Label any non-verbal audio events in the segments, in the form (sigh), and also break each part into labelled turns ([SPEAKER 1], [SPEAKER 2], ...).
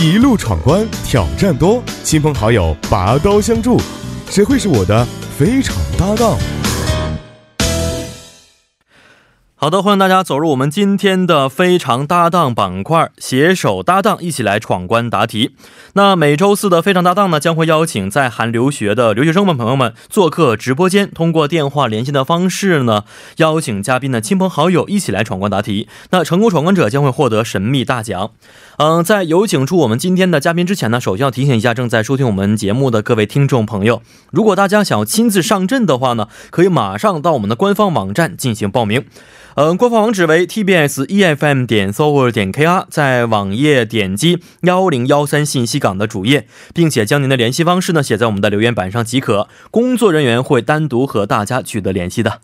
[SPEAKER 1] 一路闯关，挑战多，亲朋好友拔刀相助，谁会是我的非常搭档？
[SPEAKER 2] 好的，欢迎大家走入我们今天的非常搭档板块，携手搭档一起来闯关答题。那每周四的非常搭档呢，将会邀请在韩留学的留学生们朋友们做客直播间，通过电话连线的方式呢，邀请嘉宾的亲朋好友一起来闯关答题。那成功闯关者将会获得神秘大奖。嗯，在有请出我们今天的嘉宾之前呢，首先要提醒一下正在收听我们节目的各位听众朋友，如果大家想要亲自上阵的话呢，可以马上到我们的官方网站进行报名。嗯，官方网址为 tbs efm E 点 s o u r 点 kr，在网页点击幺零幺三信息港的主页，并且将您的联系方式呢写在我们的留言板上即可，工作人员会单独和大家取得联系的。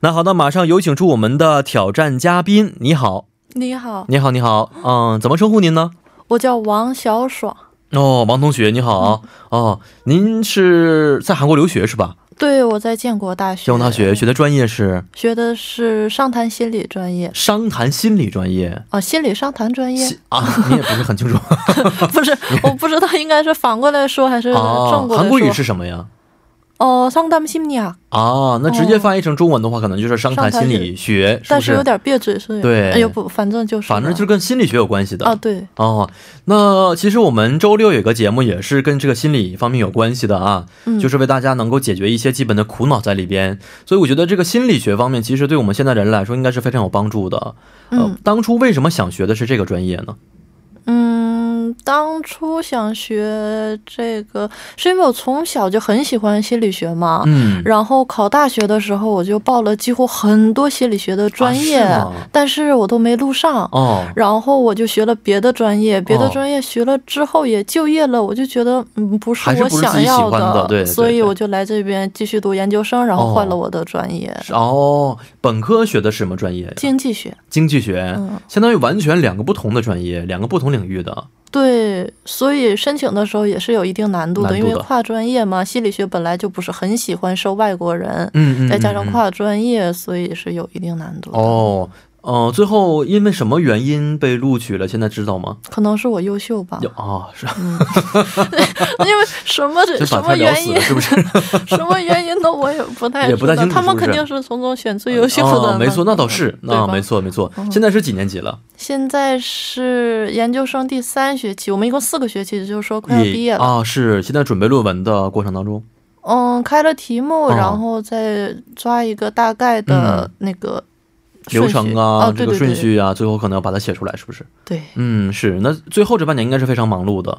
[SPEAKER 2] 那好的，马上有请出我们的挑战嘉宾。你好，
[SPEAKER 3] 你好，
[SPEAKER 2] 你好，你好，嗯，怎么称呼您呢？
[SPEAKER 3] 我叫王小爽，
[SPEAKER 2] 哦，王同学，你好啊、哦，您是在韩国留学是吧？
[SPEAKER 3] 对我在建国大学，
[SPEAKER 2] 建国大学学的专业是
[SPEAKER 3] 学的是商谈心理专业
[SPEAKER 2] 商谈心理专业。
[SPEAKER 3] 啊，心理商谈专业
[SPEAKER 2] 心啊，你也不是很清 (laughs) 楚
[SPEAKER 3] (laughs) 不是，我不知道应该是反过来说还是
[SPEAKER 2] 哦
[SPEAKER 3] 正。过来说。
[SPEAKER 2] 韩国语是什么呀？
[SPEAKER 3] 哦，상담심리학，
[SPEAKER 2] 啊，那直接翻译成中文的话，可能就是商谈心理学，是
[SPEAKER 3] 但
[SPEAKER 2] 不
[SPEAKER 3] 哦是有点别致是。
[SPEAKER 2] 对
[SPEAKER 3] 哎呦不，反正就是吧，
[SPEAKER 2] 反正就是跟心理学有关系的。
[SPEAKER 3] 啊，对，
[SPEAKER 2] 哦，那其实我们周六有个节目也是跟这个心理方面有关系的啊，
[SPEAKER 3] 嗯
[SPEAKER 2] 就是为大家能够解决一些基本的苦恼在里边。所以我觉得这个心理学方面，其实对我们现在人来说应该是非常有帮助的。呃
[SPEAKER 3] 嗯，
[SPEAKER 2] 当初为什么想学的是这个专业呢？
[SPEAKER 3] 嗯，当初想学这个，是因为我从小就很喜欢心理学嘛。
[SPEAKER 2] 嗯，
[SPEAKER 3] 然后考大学的时候，我就报了几乎很多心理学的专业，
[SPEAKER 2] 啊是吗
[SPEAKER 3] 但是我都没录上。
[SPEAKER 2] 哦，
[SPEAKER 3] 然后我就学了别的专业，别的
[SPEAKER 2] 哦
[SPEAKER 3] 专业学了之后也就业了，我就觉得嗯不是
[SPEAKER 2] 还是
[SPEAKER 3] 我
[SPEAKER 2] 不是自
[SPEAKER 3] 想
[SPEAKER 2] 己喜
[SPEAKER 3] 要
[SPEAKER 2] 欢的对对
[SPEAKER 3] 所以
[SPEAKER 2] 对
[SPEAKER 3] 我就来这边继续读研究生，然后换了
[SPEAKER 2] 哦
[SPEAKER 3] 我的专业、
[SPEAKER 2] 是哦，本科学的是什么专业呀？
[SPEAKER 3] 经济学。
[SPEAKER 2] 经济学
[SPEAKER 3] 嗯，
[SPEAKER 2] 相当于完全两个不同的专业，两个不同领域的。
[SPEAKER 3] 对，所以申请的时候也是有一定难度的，
[SPEAKER 2] 难
[SPEAKER 3] 因
[SPEAKER 2] 度
[SPEAKER 3] 为
[SPEAKER 2] 的
[SPEAKER 3] 跨专业嘛，心理学本来就不是很喜欢收外国人，
[SPEAKER 2] 嗯嗯，
[SPEAKER 3] 再加上
[SPEAKER 2] 嗯。
[SPEAKER 3] 跨专业，所以是有一定难度的。
[SPEAKER 2] 哦，呃，最后因为什么原因被录取了？现在知道吗？
[SPEAKER 3] 可能是我优秀吧
[SPEAKER 2] 有，啊、
[SPEAKER 3] (laughs)
[SPEAKER 2] 是
[SPEAKER 3] 因为什么
[SPEAKER 2] 这
[SPEAKER 3] 什
[SPEAKER 2] 把
[SPEAKER 3] 么
[SPEAKER 2] 他聊
[SPEAKER 3] 原
[SPEAKER 2] 死
[SPEAKER 3] 因
[SPEAKER 2] 了，是不
[SPEAKER 3] (laughs)
[SPEAKER 2] 是？
[SPEAKER 3] 什么原因呢？我也不太
[SPEAKER 2] 也不太
[SPEAKER 3] 知道
[SPEAKER 2] 清楚
[SPEAKER 3] 他们
[SPEAKER 2] 是不是
[SPEAKER 3] 肯定是从中选最优秀的、
[SPEAKER 2] 哦，没错，那倒是，
[SPEAKER 3] 对吧嗯
[SPEAKER 2] 那没。错没错。现在是几年级了？
[SPEAKER 3] 现在是研究生第三学期，我们一共四个学期，就是说快要
[SPEAKER 2] 也
[SPEAKER 3] 毕业了。
[SPEAKER 2] 啊，是现在准备论文的过程当中。
[SPEAKER 3] 嗯，开了题目，
[SPEAKER 2] 哦嗯
[SPEAKER 3] 然后再抓一个大概的那个
[SPEAKER 2] 流
[SPEAKER 3] 顺序
[SPEAKER 2] 程啊，
[SPEAKER 3] 哦，
[SPEAKER 2] 这
[SPEAKER 3] 对
[SPEAKER 2] 个
[SPEAKER 3] 对
[SPEAKER 2] 顺
[SPEAKER 3] 对，
[SPEAKER 2] 序啊，最后可能要把它写出来，是不是？
[SPEAKER 3] 对，
[SPEAKER 2] 嗯，是。那最后这半年应该是非常忙碌的，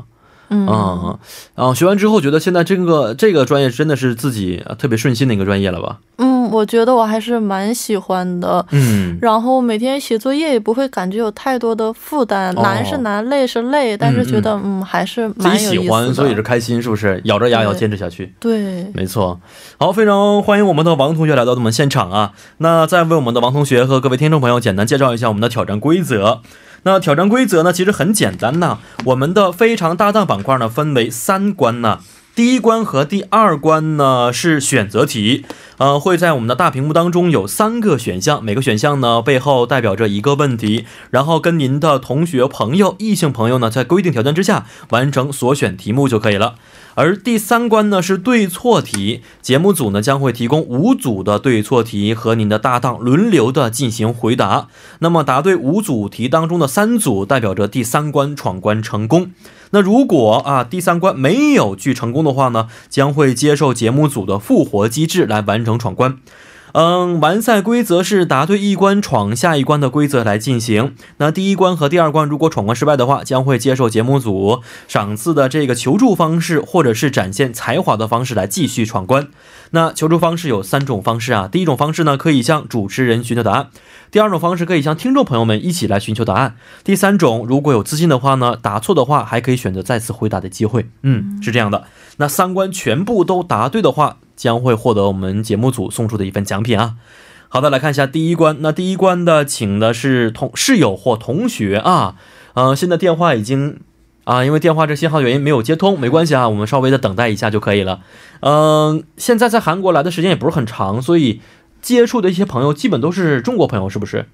[SPEAKER 3] 嗯
[SPEAKER 2] 嗯，嗯然后学完之后觉得现在这个这个专业真的是自己呃特别顺心的一个专业了吧？
[SPEAKER 3] 嗯，我觉得我还是蛮喜欢的。
[SPEAKER 2] 嗯，
[SPEAKER 3] 然后每天写作业也不会感觉有太多的负担，
[SPEAKER 2] 哦
[SPEAKER 3] 难是难，累是累，但是觉得嗯还是
[SPEAKER 2] 自己
[SPEAKER 3] 蛮有
[SPEAKER 2] 喜
[SPEAKER 3] 意思
[SPEAKER 2] 欢，
[SPEAKER 3] 的。
[SPEAKER 2] 所以是开心，是不是？咬着牙要
[SPEAKER 3] 对
[SPEAKER 2] 坚持下去。
[SPEAKER 3] 对，
[SPEAKER 2] 没错，好，非常欢迎我们的王同学来到我们现场啊。那再为我们的王同学和各位听众朋友简单介绍一下我们的挑战规则。那挑战规则呢，其实很简单呐、我们的非常搭档板块呢，分为三关呐、第一关和第二关呢是选择题，呃，会在我们的大屏幕当中有三个选项，每个选项呢背后代表着一个问题，然后跟您的同学、朋友、异性朋友呢，在规定条件之下完成所选题目就可以了。而第三关呢是对错题，节目组呢将会提供五组的对错题和您的搭档轮流的进行回答。那么答对五组题当中的三组，代表着第三关闯关成功。那如果啊第三关没有去成功的话呢，将会接受节目组的复活机制来完成闯关。嗯，完赛规则是答对一关闯下一关的规则来进行。那第一关和第二关如果闯关失败的话，将会接受节目组赏赐的这个求助方式，或者是展现才华的方式来继续闯关。那求助方式有三种方式啊，第一种方式呢可以向主持人寻求答案，第二种方式可以向听众朋友们一起来寻求答案，第三种如果有自信的话呢，答错的话还可以选择再次回答的机会。嗯，是这样的。那三关全部都答对的话，将会获得我们节目组送出的一份奖品啊。好的，来看一下第一关。那第一关的请的是同室友或同学啊，呃，现在电话已经啊，因为电话这信号原因没有接通，没关系啊，我们稍微的等待一下就可以了。嗯、现在在韩国来的时间也不是很长，所以接触的一些朋友基本都是中国朋友，是不是？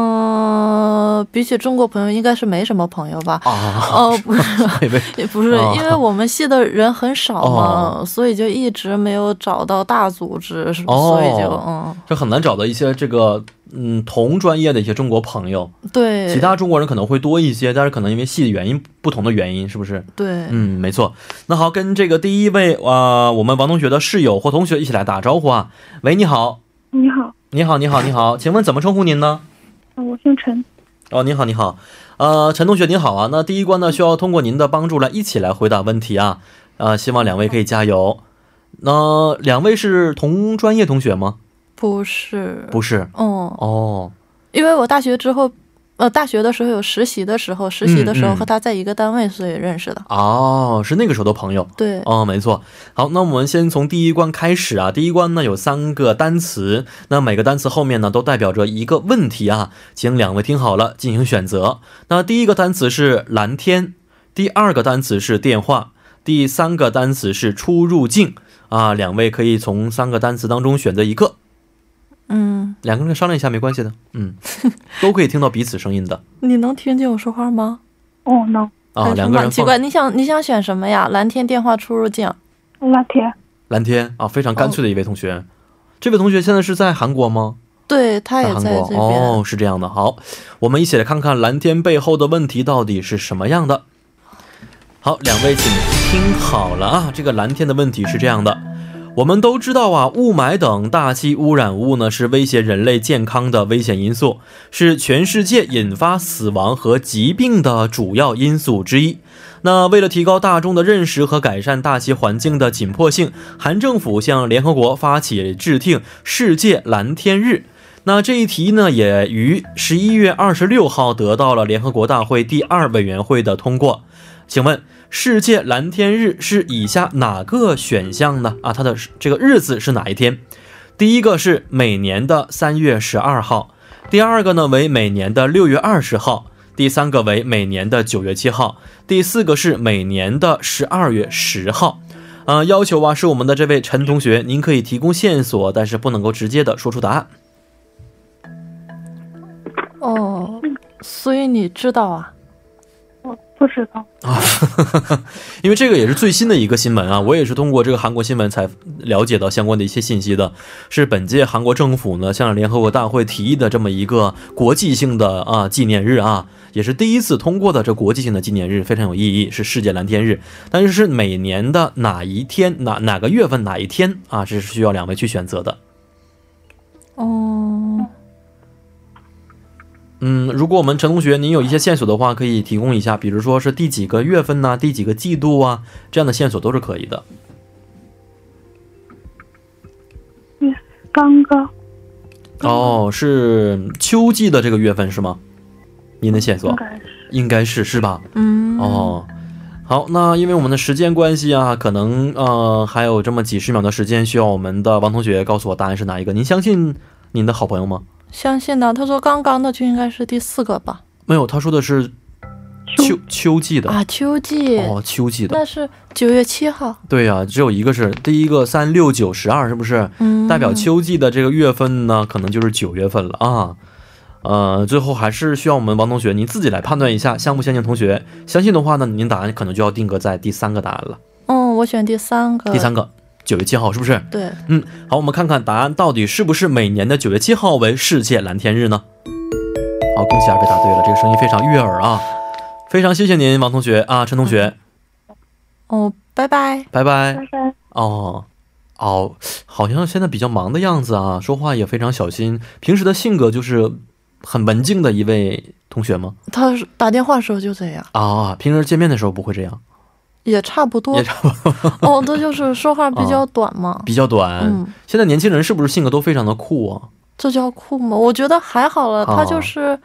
[SPEAKER 3] 嗯、比起中国朋友，应该是没什么朋友
[SPEAKER 2] (laughs)
[SPEAKER 3] 吧？
[SPEAKER 2] 啊，
[SPEAKER 3] 哦，不是，
[SPEAKER 2] 以为
[SPEAKER 3] 也不是
[SPEAKER 2] 哦，
[SPEAKER 3] 因为我们系的人很少嘛，所以就一直没有找到大组织，是
[SPEAKER 2] 哦
[SPEAKER 3] 所以就嗯，
[SPEAKER 2] 就很难找到一些这个嗯同专业的一些中国朋友，
[SPEAKER 3] 对，
[SPEAKER 2] 其他中国人可能会多一些，但是可能因为系的原因不同的原因，是不是？
[SPEAKER 3] 对，
[SPEAKER 2] 嗯，没错。那好，跟这个第一位啊、呃我们王同学的室友或同学一起来打招呼啊。喂，你好，
[SPEAKER 4] 你好，
[SPEAKER 2] 你好，你好，你
[SPEAKER 4] (laughs)
[SPEAKER 2] 好，请问怎么称呼您呢？
[SPEAKER 4] 呃我姓陈，
[SPEAKER 2] 哦，您好，您好，呃，陈同学您好啊。那第一关呢，需要通过您的帮助来一起来回答问题啊。呃，希望两位可以加油。那、两位是同专业同学吗？
[SPEAKER 3] 不是，
[SPEAKER 2] 不是，
[SPEAKER 3] 嗯，
[SPEAKER 2] 哦，
[SPEAKER 3] 因为我大学之后。呃，大学的时候有实习的时候，实习的时
[SPEAKER 2] 嗯
[SPEAKER 3] 候
[SPEAKER 2] 嗯
[SPEAKER 3] 和他在一个单位，所以认识的。
[SPEAKER 2] 哦，是那个时候的朋友。
[SPEAKER 3] 对，
[SPEAKER 2] 哦，没错。好，那我们先从第一关开始啊。第一关呢有三个单词，那每个单词后面呢都代表着一个问题啊，请两位听好了进行选择。那第一个单词是蓝天，第二个单词是电话，第三个单词是出入境啊。两位可以从三个单词当中选择一个，
[SPEAKER 3] 嗯，
[SPEAKER 2] 两个人商量一下没关系的，
[SPEAKER 3] (laughs)
[SPEAKER 2] 嗯，都可以听到彼此声音的
[SPEAKER 3] 你能听见我说话吗？
[SPEAKER 4] 哦能，
[SPEAKER 2] 啊。
[SPEAKER 3] 还是
[SPEAKER 2] 两个人
[SPEAKER 3] 蛮奇
[SPEAKER 2] 放
[SPEAKER 3] 怪，你想你想选什么呀？蓝天电话出入境。
[SPEAKER 4] 那天
[SPEAKER 2] 蓝天啊，非常干脆的一位同
[SPEAKER 3] 哦
[SPEAKER 2] 学。这位同学现在是在韩国吗？
[SPEAKER 3] 对，他也
[SPEAKER 2] 在韩
[SPEAKER 3] 在
[SPEAKER 2] 国
[SPEAKER 3] 这边。
[SPEAKER 2] 哦，是这样的。好，我们一起来看看蓝天背后的问题到底是什么样的。好，两位请听好了啊，这个蓝天的问题是这样的。我们都知道啊，雾霾等大气污染物呢是威胁人类健康的危险因素，是全世界引发死亡和疾病的主要因素之一。那为了提高大众的认识和改善大气环境的紧迫性，韩政府向联合国发起制定世界蓝天日。那这一题呢，也于十一月二十六号得到了联合国大会第二委员会的通过。请问，世界蓝天日是以下哪个选项呢？啊，它的这个日子是哪一天？第一个是每年的三月十二号，第二个呢为每年的六月二十号，第三个为每年的九月七号，第四个是每年的十二月十号。呃，要求啊是我们的这位陈同学，您可以提供线索，但是不能够直接的说出答案。
[SPEAKER 3] 哦，所以你知道啊？
[SPEAKER 4] 我不知道，
[SPEAKER 2] 因为这个也是最新的一个新闻啊，我也是通过这个韩国新闻才了解到相关的一些信息的。是本届韩国政府呢向联合国大会提议的这么一个国际性的啊纪念日啊，也是第一次通过的这国际性的纪念日，非常有意义，是世界蓝天日。但是是每年的哪一天哪哪个月份哪一天啊，这是需要两位去选择的。
[SPEAKER 3] 哦，
[SPEAKER 2] 嗯，如果我们陈同学您有一些线索的话，可以提供一下，比如说是第几个月份呐、第几个季度啊，这样的线索都是可以的。
[SPEAKER 4] 刚刚
[SPEAKER 2] 哦，是秋季的这个月份是吗？您的线
[SPEAKER 4] 应
[SPEAKER 2] 索
[SPEAKER 4] 该是
[SPEAKER 2] 应该是是吧？
[SPEAKER 3] 嗯，，
[SPEAKER 2] 哦，好，那因为我们的时间关系啊，可能呃还有这么几十秒的时间，需要我们的王同学告诉我答案是哪一个。您相信您的好朋友吗？
[SPEAKER 3] 相信的。他说刚刚的就应该是第四个吧？
[SPEAKER 2] 没有，他说的是秋秋季的
[SPEAKER 3] 啊，秋季，
[SPEAKER 2] 哦，秋季的。
[SPEAKER 3] 那是九月七号。
[SPEAKER 2] 对呀、只有一个是第一个三六九十二，是不是？
[SPEAKER 3] 嗯，
[SPEAKER 2] 代表秋季的这个月份呢，可能就是九月份了啊。呃，最后还是需要我们王同学您自己来判断一下，相不相信同学？相信的话呢，您答案可能就要定格在第三个答案了。
[SPEAKER 3] 嗯，我选第三个。
[SPEAKER 2] 第三个，九月七号是不是？
[SPEAKER 3] 对，
[SPEAKER 2] 嗯，好，我们看看答案到底是不是每年的九月七号为世界蓝天日呢？好，恭喜二位答对了，这个声音非常悦耳啊，非常谢谢您，王同学啊，陈同学，
[SPEAKER 3] 哦，拜拜。
[SPEAKER 2] 拜拜
[SPEAKER 4] 拜。拜。
[SPEAKER 2] 哦，哦，好像现在比较忙的样子啊，说话也非常小心。平时的性格就是很文静的一位同学吗？
[SPEAKER 3] 他打电话时候就这样，
[SPEAKER 2] 啊，平时见面的时候不会这样，
[SPEAKER 3] 也差不多
[SPEAKER 2] 也。差不多
[SPEAKER 3] (laughs)
[SPEAKER 2] 哦
[SPEAKER 3] 哦，他就是说话比较短嘛。
[SPEAKER 2] 比较短、
[SPEAKER 3] 嗯
[SPEAKER 2] 现在年轻人是不是性格都非常的酷啊？
[SPEAKER 3] 这叫酷吗？我觉得还好了，
[SPEAKER 2] 哦
[SPEAKER 3] 他就是，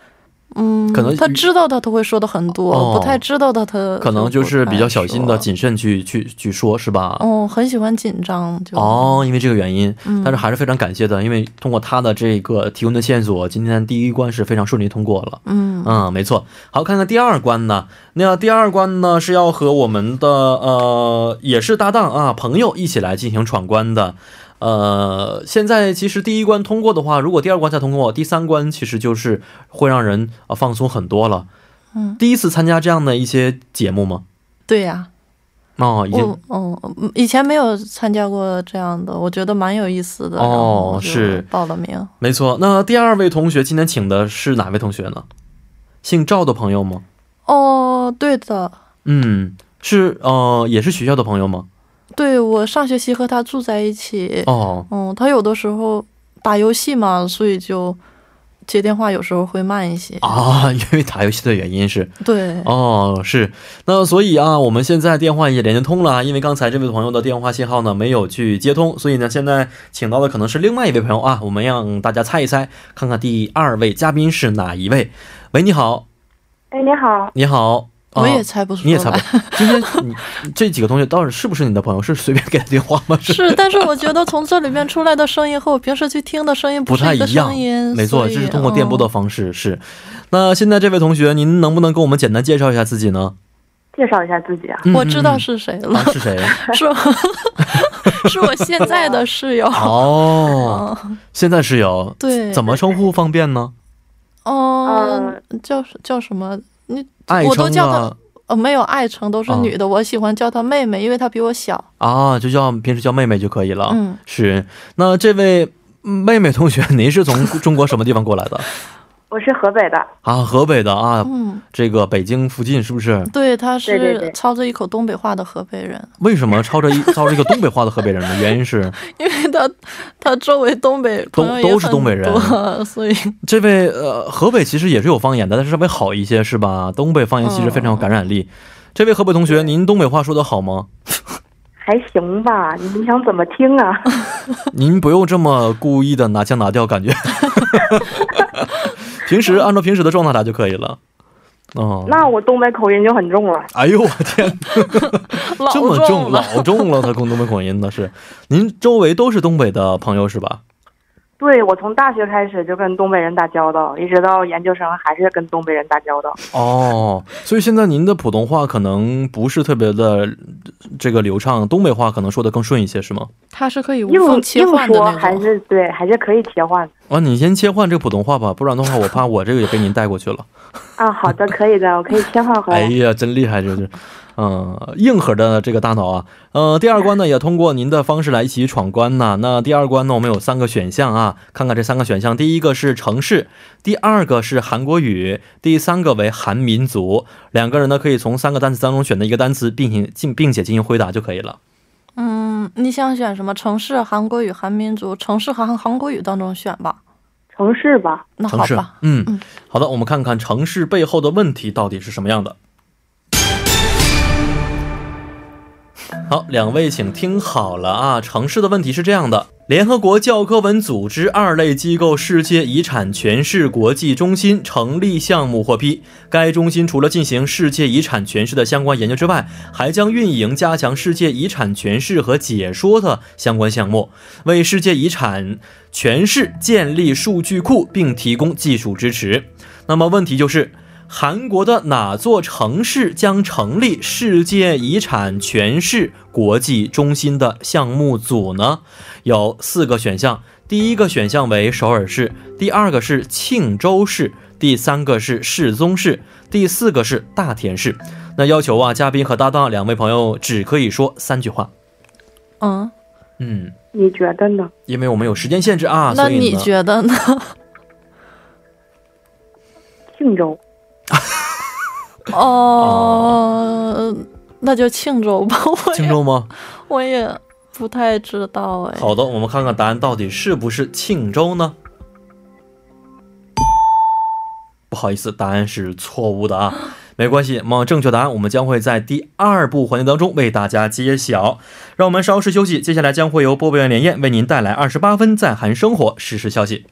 [SPEAKER 3] 嗯，
[SPEAKER 2] 可能
[SPEAKER 3] 他知道的他会说的很多，
[SPEAKER 2] 哦
[SPEAKER 3] 不太知道的他
[SPEAKER 2] 可能就是比较小心的、
[SPEAKER 3] 紧，
[SPEAKER 2] 谨慎去去去说，是吧？
[SPEAKER 3] 哦，很喜欢紧张，就，
[SPEAKER 2] 哦，因为这个原因，
[SPEAKER 3] 嗯
[SPEAKER 2] 但是还是非常感谢的，因为通过他的这个提供的线索，今天第一关是非常顺利通过了。
[SPEAKER 3] 嗯，
[SPEAKER 2] 嗯，没错。好，看看第二关呢。那第二关呢是要和我们的呃也是搭档啊朋友一起来进行闯关的。呃，现在其实第一关通过的话，如果第二关再通过，第三关其实就是会让人啊、呃放松很多了。
[SPEAKER 3] 嗯，
[SPEAKER 2] 第一次参加这样的一些节目吗？
[SPEAKER 3] 对呀、
[SPEAKER 2] 哦，已经
[SPEAKER 3] 我嗯嗯以前没有参加过这样的，我觉得蛮有意思的。
[SPEAKER 2] 哦
[SPEAKER 3] 然后就是报了名。
[SPEAKER 2] 没错。那第二位同学今天请的是哪位同学呢？姓赵的朋友吗？
[SPEAKER 3] 哦，对的，
[SPEAKER 2] 嗯，是呃，也是学校的朋友吗？
[SPEAKER 3] 对我上学期和他住在一起。
[SPEAKER 2] 哦，
[SPEAKER 3] 嗯，他有的时候打游戏嘛，所以就接电话有时候会慢一些。
[SPEAKER 2] 啊，因为打游戏的原因是
[SPEAKER 3] 对，
[SPEAKER 2] 哦，是那所以啊，我们现在电话也连通了啊，因为刚才这位朋友的电话信号呢没有去接通，所以呢现在请到的可能是另外一位朋友啊，我们让大家猜一猜，看看第二位嘉宾是哪一位。喂，你好，
[SPEAKER 4] 哎，你好，
[SPEAKER 2] 你好，啊
[SPEAKER 3] 我也猜不出来。
[SPEAKER 2] 你也猜不，今天你你这几个同学到底是不是你的朋友？是随便给的电话吗？是
[SPEAKER 3] (laughs) 是，但是我觉得从这里面出来的声音和我平时去听的声音
[SPEAKER 2] 不
[SPEAKER 3] 是
[SPEAKER 2] 太
[SPEAKER 3] 一个
[SPEAKER 2] 一样
[SPEAKER 3] 声音，，
[SPEAKER 2] 没错，
[SPEAKER 3] 所
[SPEAKER 2] 这
[SPEAKER 3] 以
[SPEAKER 2] 是通过电波的
[SPEAKER 3] 嗯
[SPEAKER 2] 方式。是，那现在这位同学，您能不能给我们简单介绍一下自己呢？
[SPEAKER 5] 介绍一下自己啊，
[SPEAKER 2] 嗯
[SPEAKER 3] 我知道
[SPEAKER 2] 嗯
[SPEAKER 3] 是谁
[SPEAKER 2] 嗯
[SPEAKER 3] 了
[SPEAKER 2] 啊，是
[SPEAKER 3] (laughs)
[SPEAKER 2] 谁？ (laughs)
[SPEAKER 3] 是我是我现在的室友。
[SPEAKER 2] 哦，现在是有，
[SPEAKER 3] (laughs) 对，
[SPEAKER 2] 啊怎么称呼方便呢？
[SPEAKER 5] 呃
[SPEAKER 3] 嗯，叫叫什么？你
[SPEAKER 2] 爱
[SPEAKER 3] 我都
[SPEAKER 2] 称
[SPEAKER 3] 叫
[SPEAKER 2] 啊
[SPEAKER 3] 她呃没有爱称，都是女的。我喜欢叫她妹妹，因为她比我小。
[SPEAKER 2] 啊，就叫平时叫妹妹就可以了。
[SPEAKER 3] 嗯，
[SPEAKER 2] 是。那这位妹妹同学，您是从中国什么地方过来的？ (laughs)
[SPEAKER 5] 我是河北的，
[SPEAKER 2] 啊，河北的啊，
[SPEAKER 3] 嗯，
[SPEAKER 2] 这个北京附近是不是？
[SPEAKER 3] 对，她
[SPEAKER 5] 对
[SPEAKER 3] 是
[SPEAKER 5] 对
[SPEAKER 3] 操着一口东北话的河北人，
[SPEAKER 2] 为什么操着一操着一个东北话的河北人呢？原因是
[SPEAKER 3] 因为她她周围东北
[SPEAKER 2] 都
[SPEAKER 3] 朋友
[SPEAKER 2] 都
[SPEAKER 3] 也
[SPEAKER 2] 是
[SPEAKER 3] 很
[SPEAKER 2] 东北人
[SPEAKER 3] 多，所以
[SPEAKER 2] 这位呃，河北其实也是有方言的，但是稍微好一些，是吧？东北方言其实非常有感染
[SPEAKER 3] 哦
[SPEAKER 2] 力。这位河北同学，您东北话说得好吗？
[SPEAKER 5] 还行吧？你们想怎么听
[SPEAKER 3] (laughs)
[SPEAKER 5] 啊？
[SPEAKER 2] 您不用这么故意的拿腔拿调，感觉。平时按照平时的状态来就可以了。哦，
[SPEAKER 5] 那我东北口音就很重了。
[SPEAKER 2] 哎呦我天，(laughs)
[SPEAKER 3] 老
[SPEAKER 2] 这么重，
[SPEAKER 3] 重了。
[SPEAKER 2] 老重了，他跟东北口音呢是。您周围都是东北的朋友是吧？
[SPEAKER 5] 对，我从大学开始就跟东北人打交道，一直到研究生还是跟东北人打交道。
[SPEAKER 2] 哦，所以现在您的普通话可能不是特别的这个流畅，东北话可能说的更顺一些是吗？
[SPEAKER 3] 她是可以 (laughs) 无
[SPEAKER 5] 硬
[SPEAKER 3] 缝切
[SPEAKER 5] 硬
[SPEAKER 3] 换的
[SPEAKER 5] 说
[SPEAKER 3] 那
[SPEAKER 5] 还
[SPEAKER 3] 种。
[SPEAKER 5] 是对，还是可以切换的
[SPEAKER 2] 啊，你先切换这个普通话吧，不然的话我怕我这个也被您带过去了。
[SPEAKER 5] 啊。好的，可以的，我可以切换回
[SPEAKER 2] 哎
[SPEAKER 5] 来。
[SPEAKER 2] 呀，真厉害，这是， (laughs) 嗯、硬核的这个大脑啊。呃，第二关呢也通过您的方式来一起闯关呢。那第二关呢，我们有三个选项啊，看看这三个选项，第一个是城市，第二个是韩国语，第三个为韩民族。两个人呢可以从三个单词当中选择一个单词，并行进并且进行回答就可以了。
[SPEAKER 3] 嗯，你想选什么城市？韩国语、韩民族，城市韩韩国语当中选吧。
[SPEAKER 5] 城市吧，
[SPEAKER 3] 那好
[SPEAKER 2] 城市
[SPEAKER 3] 吧，，
[SPEAKER 2] 嗯
[SPEAKER 3] 嗯，
[SPEAKER 2] 好的，我们看看城市背后的问题到底是什么样的。好，两位请听好了啊，城市的问题是这样的：联合国教科文组织二类机构世界遗产诠释国际中心成立项目获批，该中心除了进行世界遗产诠释的相关研究之外，还将运营加强世界遗产诠释和解说的相关项目，为世界遗产全市建立数据库，并提供技术支持。那么问题就是，韩国的哪座城市将成立世界遗产全市国际中心的项目组呢？有四个选项，第一个选项为首尔市，第二个是庆州市，第三个是世宗市，第四个是大田市。那要求啊，嘉宾和搭档两位朋友只可以说三句话。
[SPEAKER 3] 嗯，
[SPEAKER 2] 嗯，
[SPEAKER 5] 你觉得呢？
[SPEAKER 2] 因为我们有时间限制啊，
[SPEAKER 3] 那
[SPEAKER 2] 所以呢
[SPEAKER 3] 你觉得呢？
[SPEAKER 5] 庆州
[SPEAKER 3] 哦，那就庆州吧，我
[SPEAKER 2] 庆
[SPEAKER 3] 也
[SPEAKER 2] 州吗？
[SPEAKER 3] 我也不太知道哎。
[SPEAKER 2] 好的，我们看看答案到底是不是庆州呢？不好意思，答案是错误的啊，没关系，那么正确答案我们将会在第二部环节当中为大家揭晓。让我们稍事休息，接下来将会由播报员连燕为您带来二十八分在韩生活实时消息。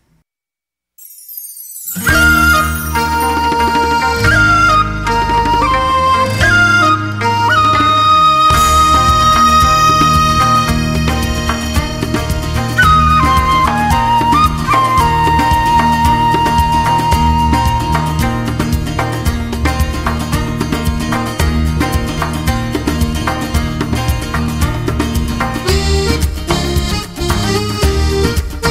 [SPEAKER 6] Thank you.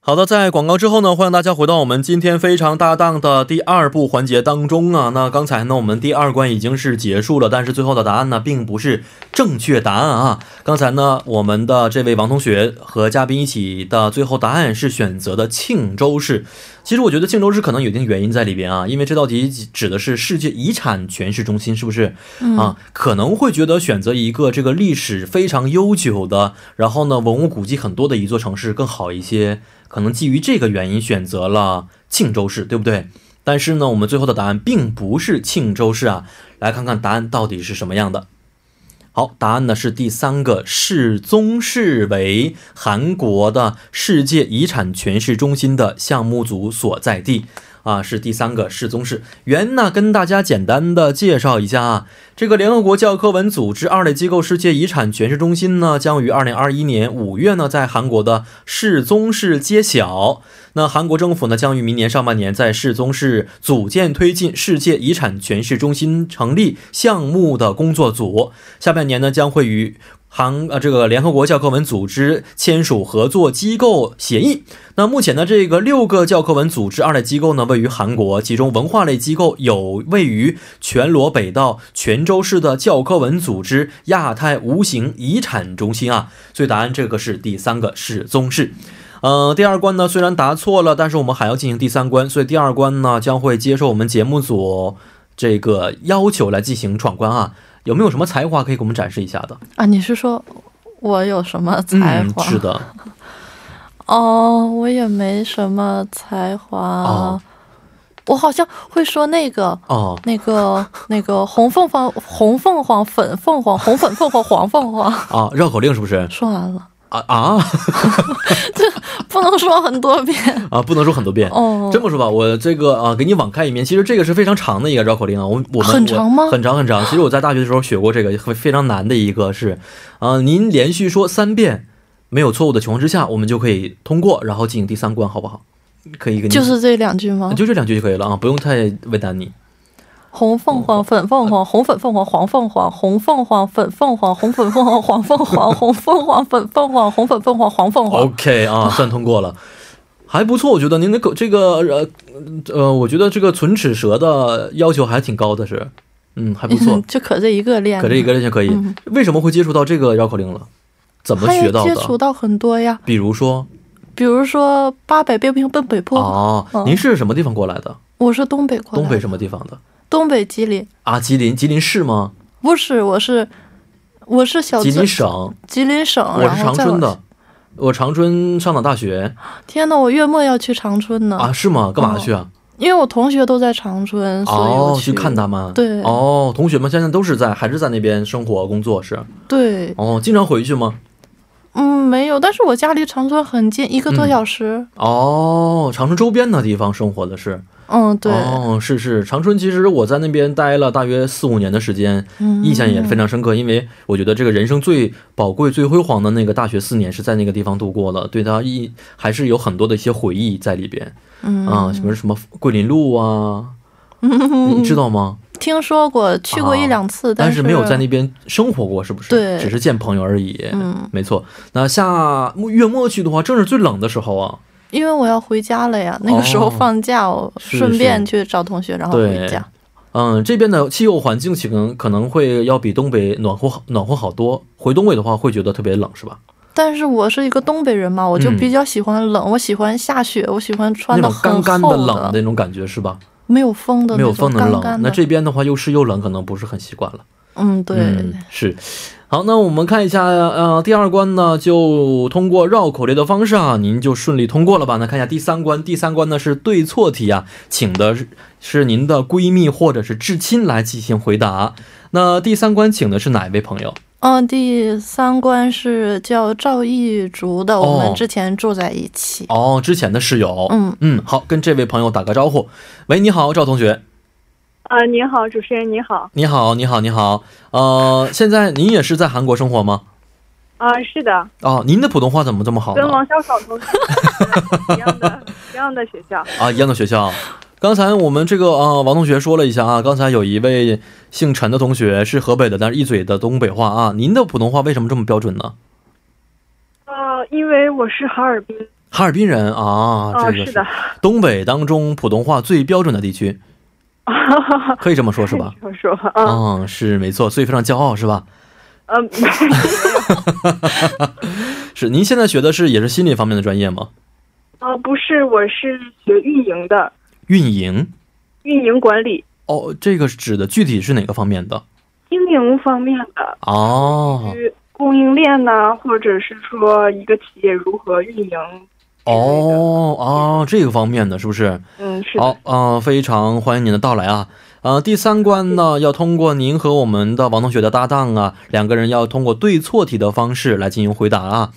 [SPEAKER 2] 好的，在广告之后呢，欢迎大家回到我们今天非常搭档的第二部环节当中啊。那刚才呢，我们第二关已经是结束了，但是最后的答案呢，并不是正确答案啊。刚才呢，我们的这位王同学和嘉宾一起的最后答案是选择的庆州市。其实我觉得庆州市可能有一定原因在里边啊，因为这道题指的是世界遗产全市中心，是不是？
[SPEAKER 3] 嗯
[SPEAKER 2] 啊，可能会觉得选择一个这个历史非常悠久的，然后呢文物古迹很多的一座城市更好一些，可能基于这个原因选择了庆州市，对不对？但是呢，我们最后的答案并不是庆州市啊，来看看答案到底是什么样的。好，答案呢是第三个，世宗市为韩国的世界遗产全市中心的项目组所在地。啊，是第三个世宗市。原呢，跟大家简单的介绍一下啊，这个联合国教科文组织二类机构世界遗产全市中心呢，将于二零二一年五月呢，在韩国的世宗市揭晓。那韩国政府呢，将于明年上半年在世宗市组建推进世界遗产全市中心成立项目的工作组，下半年呢，将会与韩呃这个联合国教科文组织签署合作机构协议。那目前呢，这个六个教科文组织二类机构呢位于韩国，其中文化类机构有位于全罗北道泉州市的教科文组织亚太无形遗产中心啊。所以答案这个是第三个是宗室。呃，第二关呢虽然答错了，但是我们还要进行第三关，所以第二关呢将会接受我们节目组这个要求来进行闯关啊。有没有什么才华可以给我们展示一下的？
[SPEAKER 3] 啊，你是说我有什么才华？
[SPEAKER 2] 嗯、是的，
[SPEAKER 3] 哦，我也没什么才华。
[SPEAKER 2] 哦
[SPEAKER 3] 我好像会说那个。
[SPEAKER 2] 哦，
[SPEAKER 3] 那个、那个红凤凰、红凤凰、粉凤凰、红粉凤凰、黄
[SPEAKER 2] (laughs)
[SPEAKER 3] 凤凰，
[SPEAKER 2] 啊，绕口令是不是？
[SPEAKER 3] 说完了，
[SPEAKER 2] 啊啊
[SPEAKER 3] 不能说很多遍
[SPEAKER 2] 啊！不能说很多遍。
[SPEAKER 3] 哦。
[SPEAKER 2] 这么说吧，我这个啊，给你网开一面。其实这个是非常长的一个绕口令啊，我我们
[SPEAKER 3] 很长吗
[SPEAKER 2] 我很长很长。其实我在大学的时候学过这个，非非常难的一个是，啊、您连续说三遍没有错误的情况之下，我们就可以通过，然后进行第三关，好不好？可以给你
[SPEAKER 3] 就是这两句吗？
[SPEAKER 2] 就这两句就可以了啊，不用太为难你。
[SPEAKER 3] 红凤凰、粉凤凰、红粉凤凰、黄凤凰、红凤凰、粉凤凰、红粉
[SPEAKER 2] (laughs)
[SPEAKER 3] 凤凰、黄凤凰、红凤凰、粉凤凰、红粉凤凰、黄凤凰。
[SPEAKER 2] OK 啊，算通过了，还不错，我觉得您的口这个呃呃，我觉得这个唇齿舌的要求还挺高的，是，嗯，还不错
[SPEAKER 3] 嗯，，就可 (laughs) 这一个练，
[SPEAKER 2] 可这一个人就可以。
[SPEAKER 3] 嗯
[SPEAKER 2] 为什么会接触到这个绕口令了？怎么
[SPEAKER 3] 他也
[SPEAKER 2] 学到
[SPEAKER 3] 接触
[SPEAKER 2] 的？
[SPEAKER 3] 到很多呀，
[SPEAKER 2] 比如说
[SPEAKER 3] 比如说八百变兵奔北坡，
[SPEAKER 2] 哦，
[SPEAKER 3] 嗯
[SPEAKER 2] 您是什么地方过来的？
[SPEAKER 3] 我是东北过来
[SPEAKER 2] 东
[SPEAKER 3] 的，
[SPEAKER 2] 北什么地方的？
[SPEAKER 3] 东北吉林，
[SPEAKER 2] 啊，吉林，吉林市吗？
[SPEAKER 3] 不是，我是我是小
[SPEAKER 2] 吉
[SPEAKER 3] 资
[SPEAKER 2] 林省，
[SPEAKER 3] 吉林省，
[SPEAKER 2] 我是
[SPEAKER 3] 哦然后
[SPEAKER 2] 长
[SPEAKER 3] 再
[SPEAKER 2] 春
[SPEAKER 3] 往。
[SPEAKER 2] 的，我长春上党大学
[SPEAKER 3] 天呐，我月末要去长春呢，
[SPEAKER 2] 啊，是吗？干嘛去啊？
[SPEAKER 3] 因为我同学都在长春，嗯所以我
[SPEAKER 2] 哦，去看。他们。
[SPEAKER 3] 对
[SPEAKER 2] 哦，同学们现在都是在还是在那边生活工作是？
[SPEAKER 3] 对，
[SPEAKER 2] 哦，经常回去吗？
[SPEAKER 3] 嗯，没有，但是我家离长春很近，一个多
[SPEAKER 2] 嗯
[SPEAKER 3] 小时。
[SPEAKER 2] 哦，长春周边的地方生活的是。
[SPEAKER 3] 嗯，对，
[SPEAKER 2] 哦，是是，长春其实我在那边待了大约四五年的时间，
[SPEAKER 3] 嗯
[SPEAKER 2] 印象也非常深刻，因为我觉得这个人生最宝贵、最辉煌的那个大学四年是在那个地方度过的，对他一还是有很多的一些回忆在里边
[SPEAKER 3] 嗯
[SPEAKER 2] 啊，什么什么桂林路
[SPEAKER 3] (laughs)
[SPEAKER 2] 啊，你知道吗？
[SPEAKER 3] 听说过，去过一
[SPEAKER 2] 啊
[SPEAKER 3] 两次，
[SPEAKER 2] 但
[SPEAKER 3] 是
[SPEAKER 2] 是没有在那边生活过，是不是？
[SPEAKER 3] 对
[SPEAKER 2] 只是见朋友而已。
[SPEAKER 3] 嗯，
[SPEAKER 2] 没错。那下月末去的话，正是最冷的时候啊。
[SPEAKER 3] 因为我要回家了呀。那个时候
[SPEAKER 2] 哦
[SPEAKER 3] 放假，我
[SPEAKER 2] 是
[SPEAKER 3] 顺便
[SPEAKER 2] 是
[SPEAKER 3] 去找同学，然后
[SPEAKER 2] 对
[SPEAKER 3] 回家。
[SPEAKER 2] 嗯，这边的气候环境可能可能会要比东北暖和好暖和好多。回东北的话，会觉得特别冷，是吧？
[SPEAKER 3] 但是我是一个东北人嘛，我就
[SPEAKER 2] 嗯
[SPEAKER 3] 比较喜欢冷，我喜欢下雪，我喜欢穿
[SPEAKER 2] 那
[SPEAKER 3] 的
[SPEAKER 2] 种
[SPEAKER 3] 很
[SPEAKER 2] 干
[SPEAKER 3] 厚
[SPEAKER 2] 干的冷的那种感觉是吧？
[SPEAKER 3] 没有风的那
[SPEAKER 2] 没有
[SPEAKER 3] 种
[SPEAKER 2] 风的
[SPEAKER 3] 干
[SPEAKER 2] 冷。
[SPEAKER 3] 干
[SPEAKER 2] 那
[SPEAKER 3] 的
[SPEAKER 2] 这边的话又湿又冷，可能不是很习惯了。
[SPEAKER 3] 嗯，对，
[SPEAKER 2] 嗯，是。好，那我们看一下，呃，第二关呢，就通过绕口令的方式啊，您就顺利通过了吧？那看一下第三关，第三关呢是对错题啊，请的是是您的闺蜜或者是至亲来进行回答。那第三关请的是哪一位朋友？
[SPEAKER 3] 嗯，第三关是叫赵一竹的，我
[SPEAKER 2] 哦
[SPEAKER 3] 们之前住在一起。
[SPEAKER 2] 哦，之前的室友。
[SPEAKER 3] 嗯
[SPEAKER 2] 嗯，好，跟这位朋友打个招呼。喂，你好，赵同学。
[SPEAKER 6] 啊、你好，主持人你好。
[SPEAKER 2] 你好，你好，你好。呃，现在您也是在韩国生活吗？
[SPEAKER 6] 啊、是的，
[SPEAKER 2] 哦，您的普通话怎么这么好呢？
[SPEAKER 6] 跟王小爽同学一
[SPEAKER 5] (laughs)
[SPEAKER 6] 样的一样的学校。
[SPEAKER 2] 啊，一样的学校。刚才我们这个啊、呃王同学说了一下啊，刚才有一位姓陈的同学是河北的，但是一嘴的东北话啊。您的普通话为什么这么标准呢？
[SPEAKER 6] 呃，因为我是哈尔滨，
[SPEAKER 2] 哈尔滨人啊，
[SPEAKER 6] 哦，
[SPEAKER 2] 这个
[SPEAKER 6] 是的，
[SPEAKER 2] 东北当中普通话最标准的地
[SPEAKER 6] (laughs)
[SPEAKER 2] 区，可以这么说，是吧？
[SPEAKER 6] 我说，嗯
[SPEAKER 2] 嗯，是没错，所以非常骄傲，是吧？
[SPEAKER 6] 嗯， (laughs)
[SPEAKER 2] 是，您现在学的是也是心理方面的专业吗？
[SPEAKER 6] 啊，不是，我是学运营的，
[SPEAKER 2] 运营
[SPEAKER 6] 运营管理，
[SPEAKER 2] 哦，这个指的具体是哪个方面的？
[SPEAKER 6] 经营方面的，
[SPEAKER 2] 哦
[SPEAKER 6] 就是供应链呐、或者是说一个企业如何运营，
[SPEAKER 2] 哦哦，这个方面的是不是？
[SPEAKER 6] 嗯，是的，
[SPEAKER 2] 好，呃，非常欢迎您的到来啊。呃，第三关呢，要通过您和我们的王同学的搭档啊，两个人要通过对错题的方式来进行回答啊。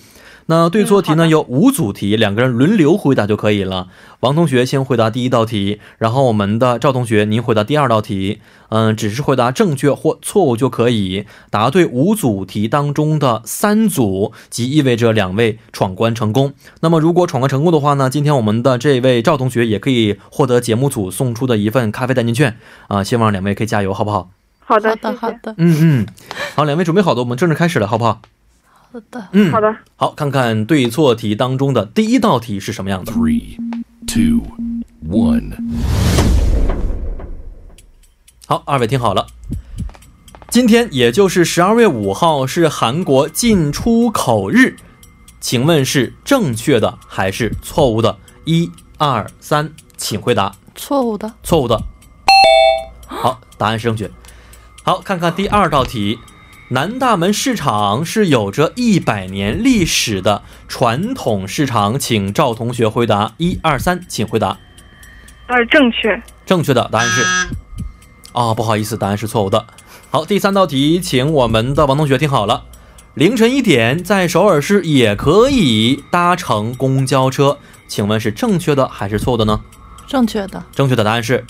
[SPEAKER 2] 那对错
[SPEAKER 6] 嗯
[SPEAKER 2] 题呢、有五组题，两个人轮流回答就可以了。王同学先回答第一道题，然后我们的赵同学您回答第二道题。嗯、只是回答正确或错误就可以。答对五组题当中的三组，即意味着两位闯关成功。那么如果闯关成功的话呢，今天我们的这位赵同学也可以获得节目组送出的一份咖啡代金券啊、希望两位可以加油，好不好？
[SPEAKER 6] 好
[SPEAKER 3] 好
[SPEAKER 6] 的，
[SPEAKER 3] 的，好
[SPEAKER 6] 谢谢，
[SPEAKER 3] 的，
[SPEAKER 2] 嗯嗯，好，两位准备好的，我们正式开始了，好不好？
[SPEAKER 3] 好的。
[SPEAKER 2] 嗯，
[SPEAKER 6] 好。的，
[SPEAKER 2] 好，看看对错题当中的第一道题是什么样的？
[SPEAKER 7] three, two, one.
[SPEAKER 2] 好，二位听好了。今天也就是十二月五号是韩国进出口日，请问是正确的还是错误的？一、二、三，请回答。
[SPEAKER 3] 错误的，
[SPEAKER 2] 错误的。好，答案是正确。好，看看第二道题，南大门市场是有着一百年历史的传统市场，请赵同学回答。一二三，请回答。
[SPEAKER 6] 呃，正确，
[SPEAKER 2] 正确的答案是，哦，不好意思，答案是错误的。好，第三道题，请我们的王同学听好了。凌晨一点，在首尔市也可以搭乘公交车，请问是正确的还是错误的呢？
[SPEAKER 3] 正确的，
[SPEAKER 2] 正确的答案是，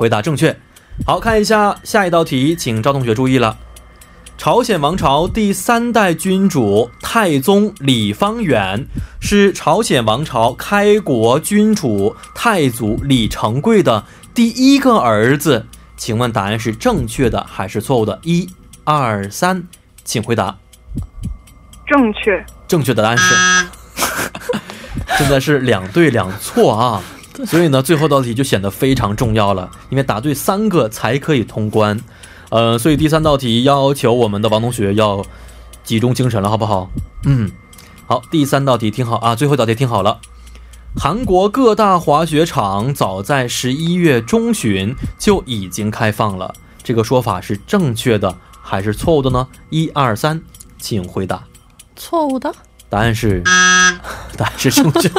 [SPEAKER 2] 回答正确。好看一下下一道题，请赵同学注意了。朝鲜王朝第三代君主太宗李方远是朝鲜王朝开国君主太祖李成桂的第一个儿子，请问答案是正确的还是错误的？一、二、三，请回答。
[SPEAKER 6] 正确，
[SPEAKER 2] 正确的答案是， (laughs) 现在是两对两错啊，所以呢，最后道题就显得非常重要了，因为答对三个才可以通关。呃，所以第三道题要求我们的王同学要集中精神了，好不好？嗯，好，第三道题听好啊，最后一道题听好了。韩国各大滑雪场早在十一月中旬就已经开放了，这个说法是正确的还是错误的呢？一二三，请回答。
[SPEAKER 3] 错误的， (laughs)
[SPEAKER 2] 答案是， (laughs) 答案是正确。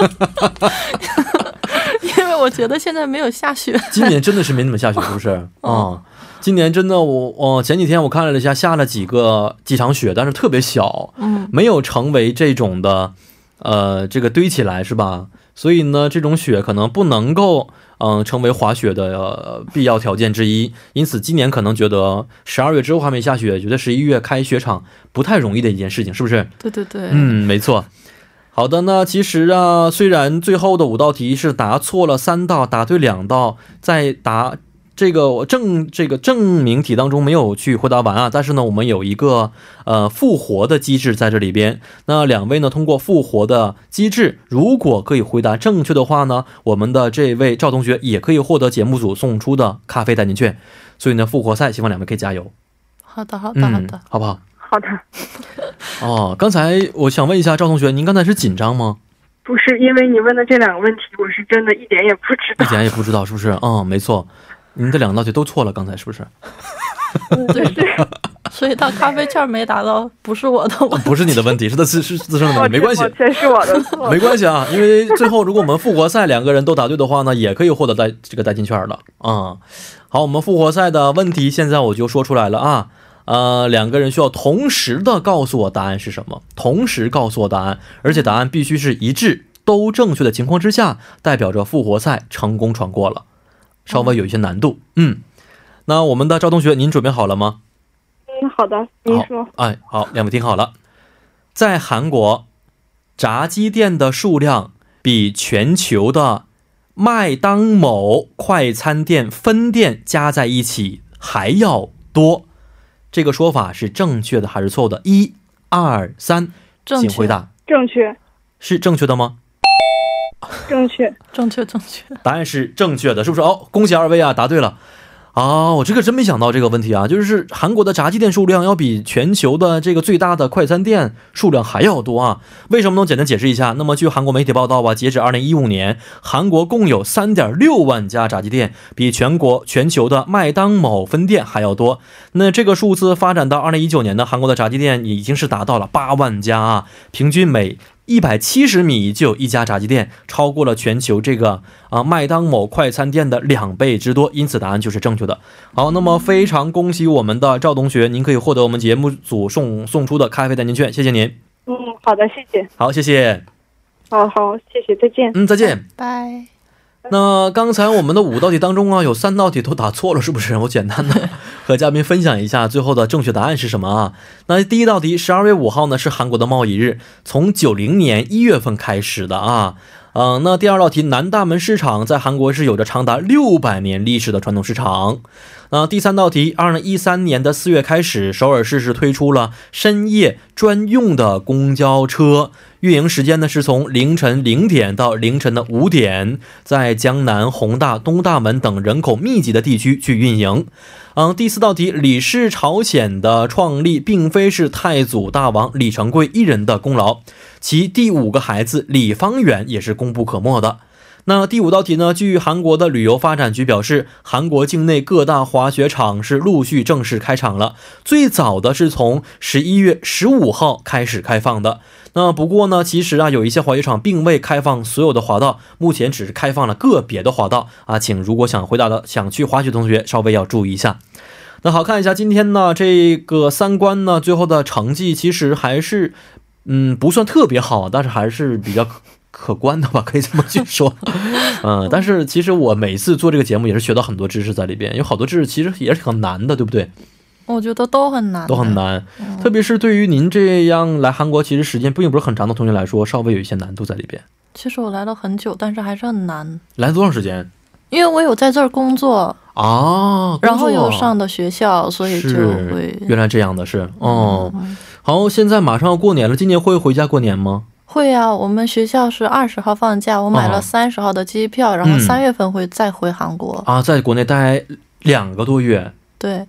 [SPEAKER 3] 因为我觉得现在没有下雪。
[SPEAKER 2] (laughs) 今年真的是没怎么下雪，是不是？ (laughs) 啊、今年真的我我、前几天我看了一下，下了几个几场雪，但是特别小，
[SPEAKER 3] 嗯，
[SPEAKER 2] 没有成为这种的，呃，这个堆起来是吧？所以呢，这种雪可能不能够，嗯、成为滑雪的、呃必要条件之一。因此，今年可能觉得十二月之后还没下雪，觉得十一月开雪场不太容易的一件事情，是不是？
[SPEAKER 3] 对对对，
[SPEAKER 2] 嗯，没错。好的，那其实啊，虽然最后的五道题是答错了三道，答对两道，在答这个证这个证明题当中没有去回答完啊，但是呢，我们有一个呃复活的机制在这里边。那两位呢，通过复活的机制，如果可以回答正确的话呢，我们的这位赵同学也可以获得节目组送出的咖啡代金券。所以呢，复活赛，希望两位可以加油。
[SPEAKER 3] 好的，好的，好
[SPEAKER 2] 嗯
[SPEAKER 3] 的，，
[SPEAKER 2] 好不好？
[SPEAKER 6] 好的，
[SPEAKER 2] (laughs) 哦，刚才我想问一下赵同学，您刚才是紧张吗？
[SPEAKER 6] 不是因为你问的这两个问题，我是真的一点也不知
[SPEAKER 2] 一
[SPEAKER 6] 道，
[SPEAKER 2] 点也不知道是不是？嗯，没错，您这两道题都错了，刚才是不是？嗯
[SPEAKER 3] 对。 (laughs) 所以到咖啡券没达到，不是我的，
[SPEAKER 2] (laughs)
[SPEAKER 3] 我
[SPEAKER 2] 不是你的问题，是他自是自身的问
[SPEAKER 6] 抱
[SPEAKER 2] 哎题，没关
[SPEAKER 6] 歉
[SPEAKER 2] 系
[SPEAKER 6] 抱，哦歉，是 (laughs) 我的错，
[SPEAKER 2] 没关系啊，因为最后如果我们复活赛两个人都答对的话呢，也可以获得代这个代金券的啊、嗯。好，我们复活赛的问题现在我就说出来了啊。呃，两个人需要同时的告诉我答案是什么，同时告诉我答案，而且答案必须是一致、都正确的情况之下，代表着复活赛成功闯过了，稍微有一些难度。嗯，那我们的赵同学，您准备好了吗？
[SPEAKER 6] 嗯，好的，您说，
[SPEAKER 2] 好。哎，好，两位听好了，在韩国，炸鸡店的数量比全球的麦当某快餐店分店加在一起还要多，这个说法是正确的还是错误的？一、二、三，
[SPEAKER 3] 正
[SPEAKER 2] 请
[SPEAKER 3] 确
[SPEAKER 2] 回答，
[SPEAKER 6] 正确，
[SPEAKER 2] 是正确的吗？
[SPEAKER 6] 正确，
[SPEAKER 3] 正确正确。
[SPEAKER 2] 答案是正确的，是不是？哦，恭喜二位啊，答对了。啊，我这个真没想到这个问题啊，就是韩国的炸鸡店数量要比全球的这个最大的快餐店数量还要多啊。为什么呢？简单解释一下。那么据韩国媒体报道吧，截止二零一五年，韩国共有三点六万家炸鸡店，比全国全球的麦当某分店还要多。那这个数字发展到二零一九年呢，韩国的炸鸡店已经是达到了八万家啊，平均每一百七十米就有一家炸鸡店，超过了全球这个啊麦当某快餐店的两倍之多，因此答案就是正确的。好，那么非常恭喜我们的赵同学，您可以获得我们节目组送送出的咖啡代金券，谢谢您。
[SPEAKER 6] 嗯，好的，谢谢，
[SPEAKER 2] 好，谢谢，
[SPEAKER 6] 好好，谢谢，再见。
[SPEAKER 2] 嗯，再见。
[SPEAKER 3] 拜。
[SPEAKER 2] 那刚才我们的五道题当中啊，有三道题都答错了，是不是？我简单的和嘉宾分享一下最后的正确答案是什么啊？那第一道题，十二月五号呢是韩国的贸易日，从九零年一月份开始的啊。嗯、那第二道题，南大门市场在韩国是有着长达六百年历史的传统市场。那呃第三道题，二零一三年的四月开始，首尔市是推出了深夜专用的公交车，运营时间呢是从凌晨零点到凌晨的五点，在江南、宏大、东大门等人口密集的地区去运营。嗯，第四道题，李氏朝鲜的创立并非是太祖大王李成桂一人的功劳，其第五个孩子李方远也是功不可没的。那第五道题呢？据韩国的旅游发展局表示，韩国境内各大滑雪场是陆续正式开场了，最早的是从十一月十五号开始开放的。那不过呢，其实啊，有一些滑雪场并未开放所有的滑道，目前只是开放了个别的滑道啊，请如果想回答的、想去滑雪的同学稍微要注意一下。那好看一下今天呢，这个三关呢，最后的成绩其实还是，嗯，不算特别好，但是还是比较可可观的吧，可以这么去
[SPEAKER 3] (laughs)
[SPEAKER 2] 说。嗯，但是其实我每次做这个节目也是学到很多知识在里边，有好多知识其实也是很难的，对不对？
[SPEAKER 3] 我觉得都很难，
[SPEAKER 2] 都很。难，
[SPEAKER 3] 嗯
[SPEAKER 2] 特别是对于您这样来韩国其实时间并不是很长的同学来说，稍微有一些难度在里边。
[SPEAKER 3] 其实我来了很久，但是还是很难，
[SPEAKER 2] 来多长时间
[SPEAKER 3] 因为我有在这儿工作，
[SPEAKER 2] 啊？
[SPEAKER 3] 然后
[SPEAKER 2] 工作
[SPEAKER 3] 有上的学校，所以就是嗯会，
[SPEAKER 2] 原来这样的是哦。好，现在马上要过年了，今年会回家过年吗？
[SPEAKER 3] 会啊。我们学校是二十号放假，我买
[SPEAKER 2] 哦
[SPEAKER 3] 了三十号的机票，然后
[SPEAKER 2] 嗯
[SPEAKER 3] 三月份会再回韩国。
[SPEAKER 2] 啊，在国内待两个多月，
[SPEAKER 3] 对，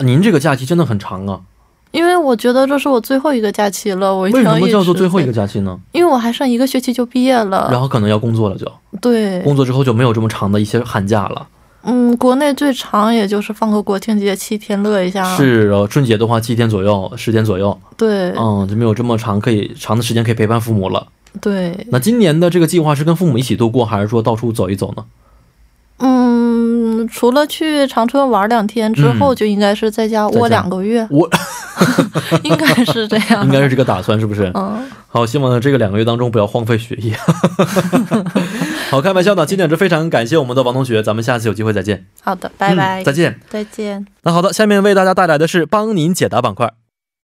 [SPEAKER 2] 您这个假期真的很长啊。
[SPEAKER 3] 因为我觉得这是我最后一个假期了，我一
[SPEAKER 2] 为
[SPEAKER 3] 定要
[SPEAKER 2] 什么
[SPEAKER 3] 一
[SPEAKER 2] 叫做
[SPEAKER 3] 直
[SPEAKER 2] 最后一个
[SPEAKER 3] 在？
[SPEAKER 2] 假期呢？
[SPEAKER 3] 因为我还剩一个学期就毕业了。
[SPEAKER 2] 然后可能要工作了就，
[SPEAKER 3] 对，
[SPEAKER 2] 工作之后就没有这么长的一些寒假了。
[SPEAKER 3] 嗯，国内最长也就是放个国庆节七天乐一下，
[SPEAKER 2] 是，然后春节的话七天左右，十天左右，
[SPEAKER 3] 啊对、
[SPEAKER 2] 嗯，就没有这么长可以长的时间可以陪伴父母了。
[SPEAKER 3] 对，
[SPEAKER 2] 那今年的这个计划是跟父母一起度过，还是说到处走一走呢？
[SPEAKER 3] 嗯，除了去长春玩两天之后，
[SPEAKER 2] 嗯
[SPEAKER 3] 就应该是在家
[SPEAKER 2] 在家
[SPEAKER 3] 窝两个月， (laughs)
[SPEAKER 2] 我
[SPEAKER 3] 应该是这样，
[SPEAKER 2] 应该是这个打算，是不是？
[SPEAKER 3] 嗯，
[SPEAKER 2] 好，希望呢这个两个月当中不要荒废学
[SPEAKER 3] (laughs)
[SPEAKER 2] 业。 (laughs) 好，开玩笑的，今天是非常感谢我们的王同学，咱们下次有机会再见。
[SPEAKER 3] 好的，拜拜，
[SPEAKER 2] 嗯再见。
[SPEAKER 3] 再见。
[SPEAKER 2] 那好的，下面为大家带来的是帮您解答板块。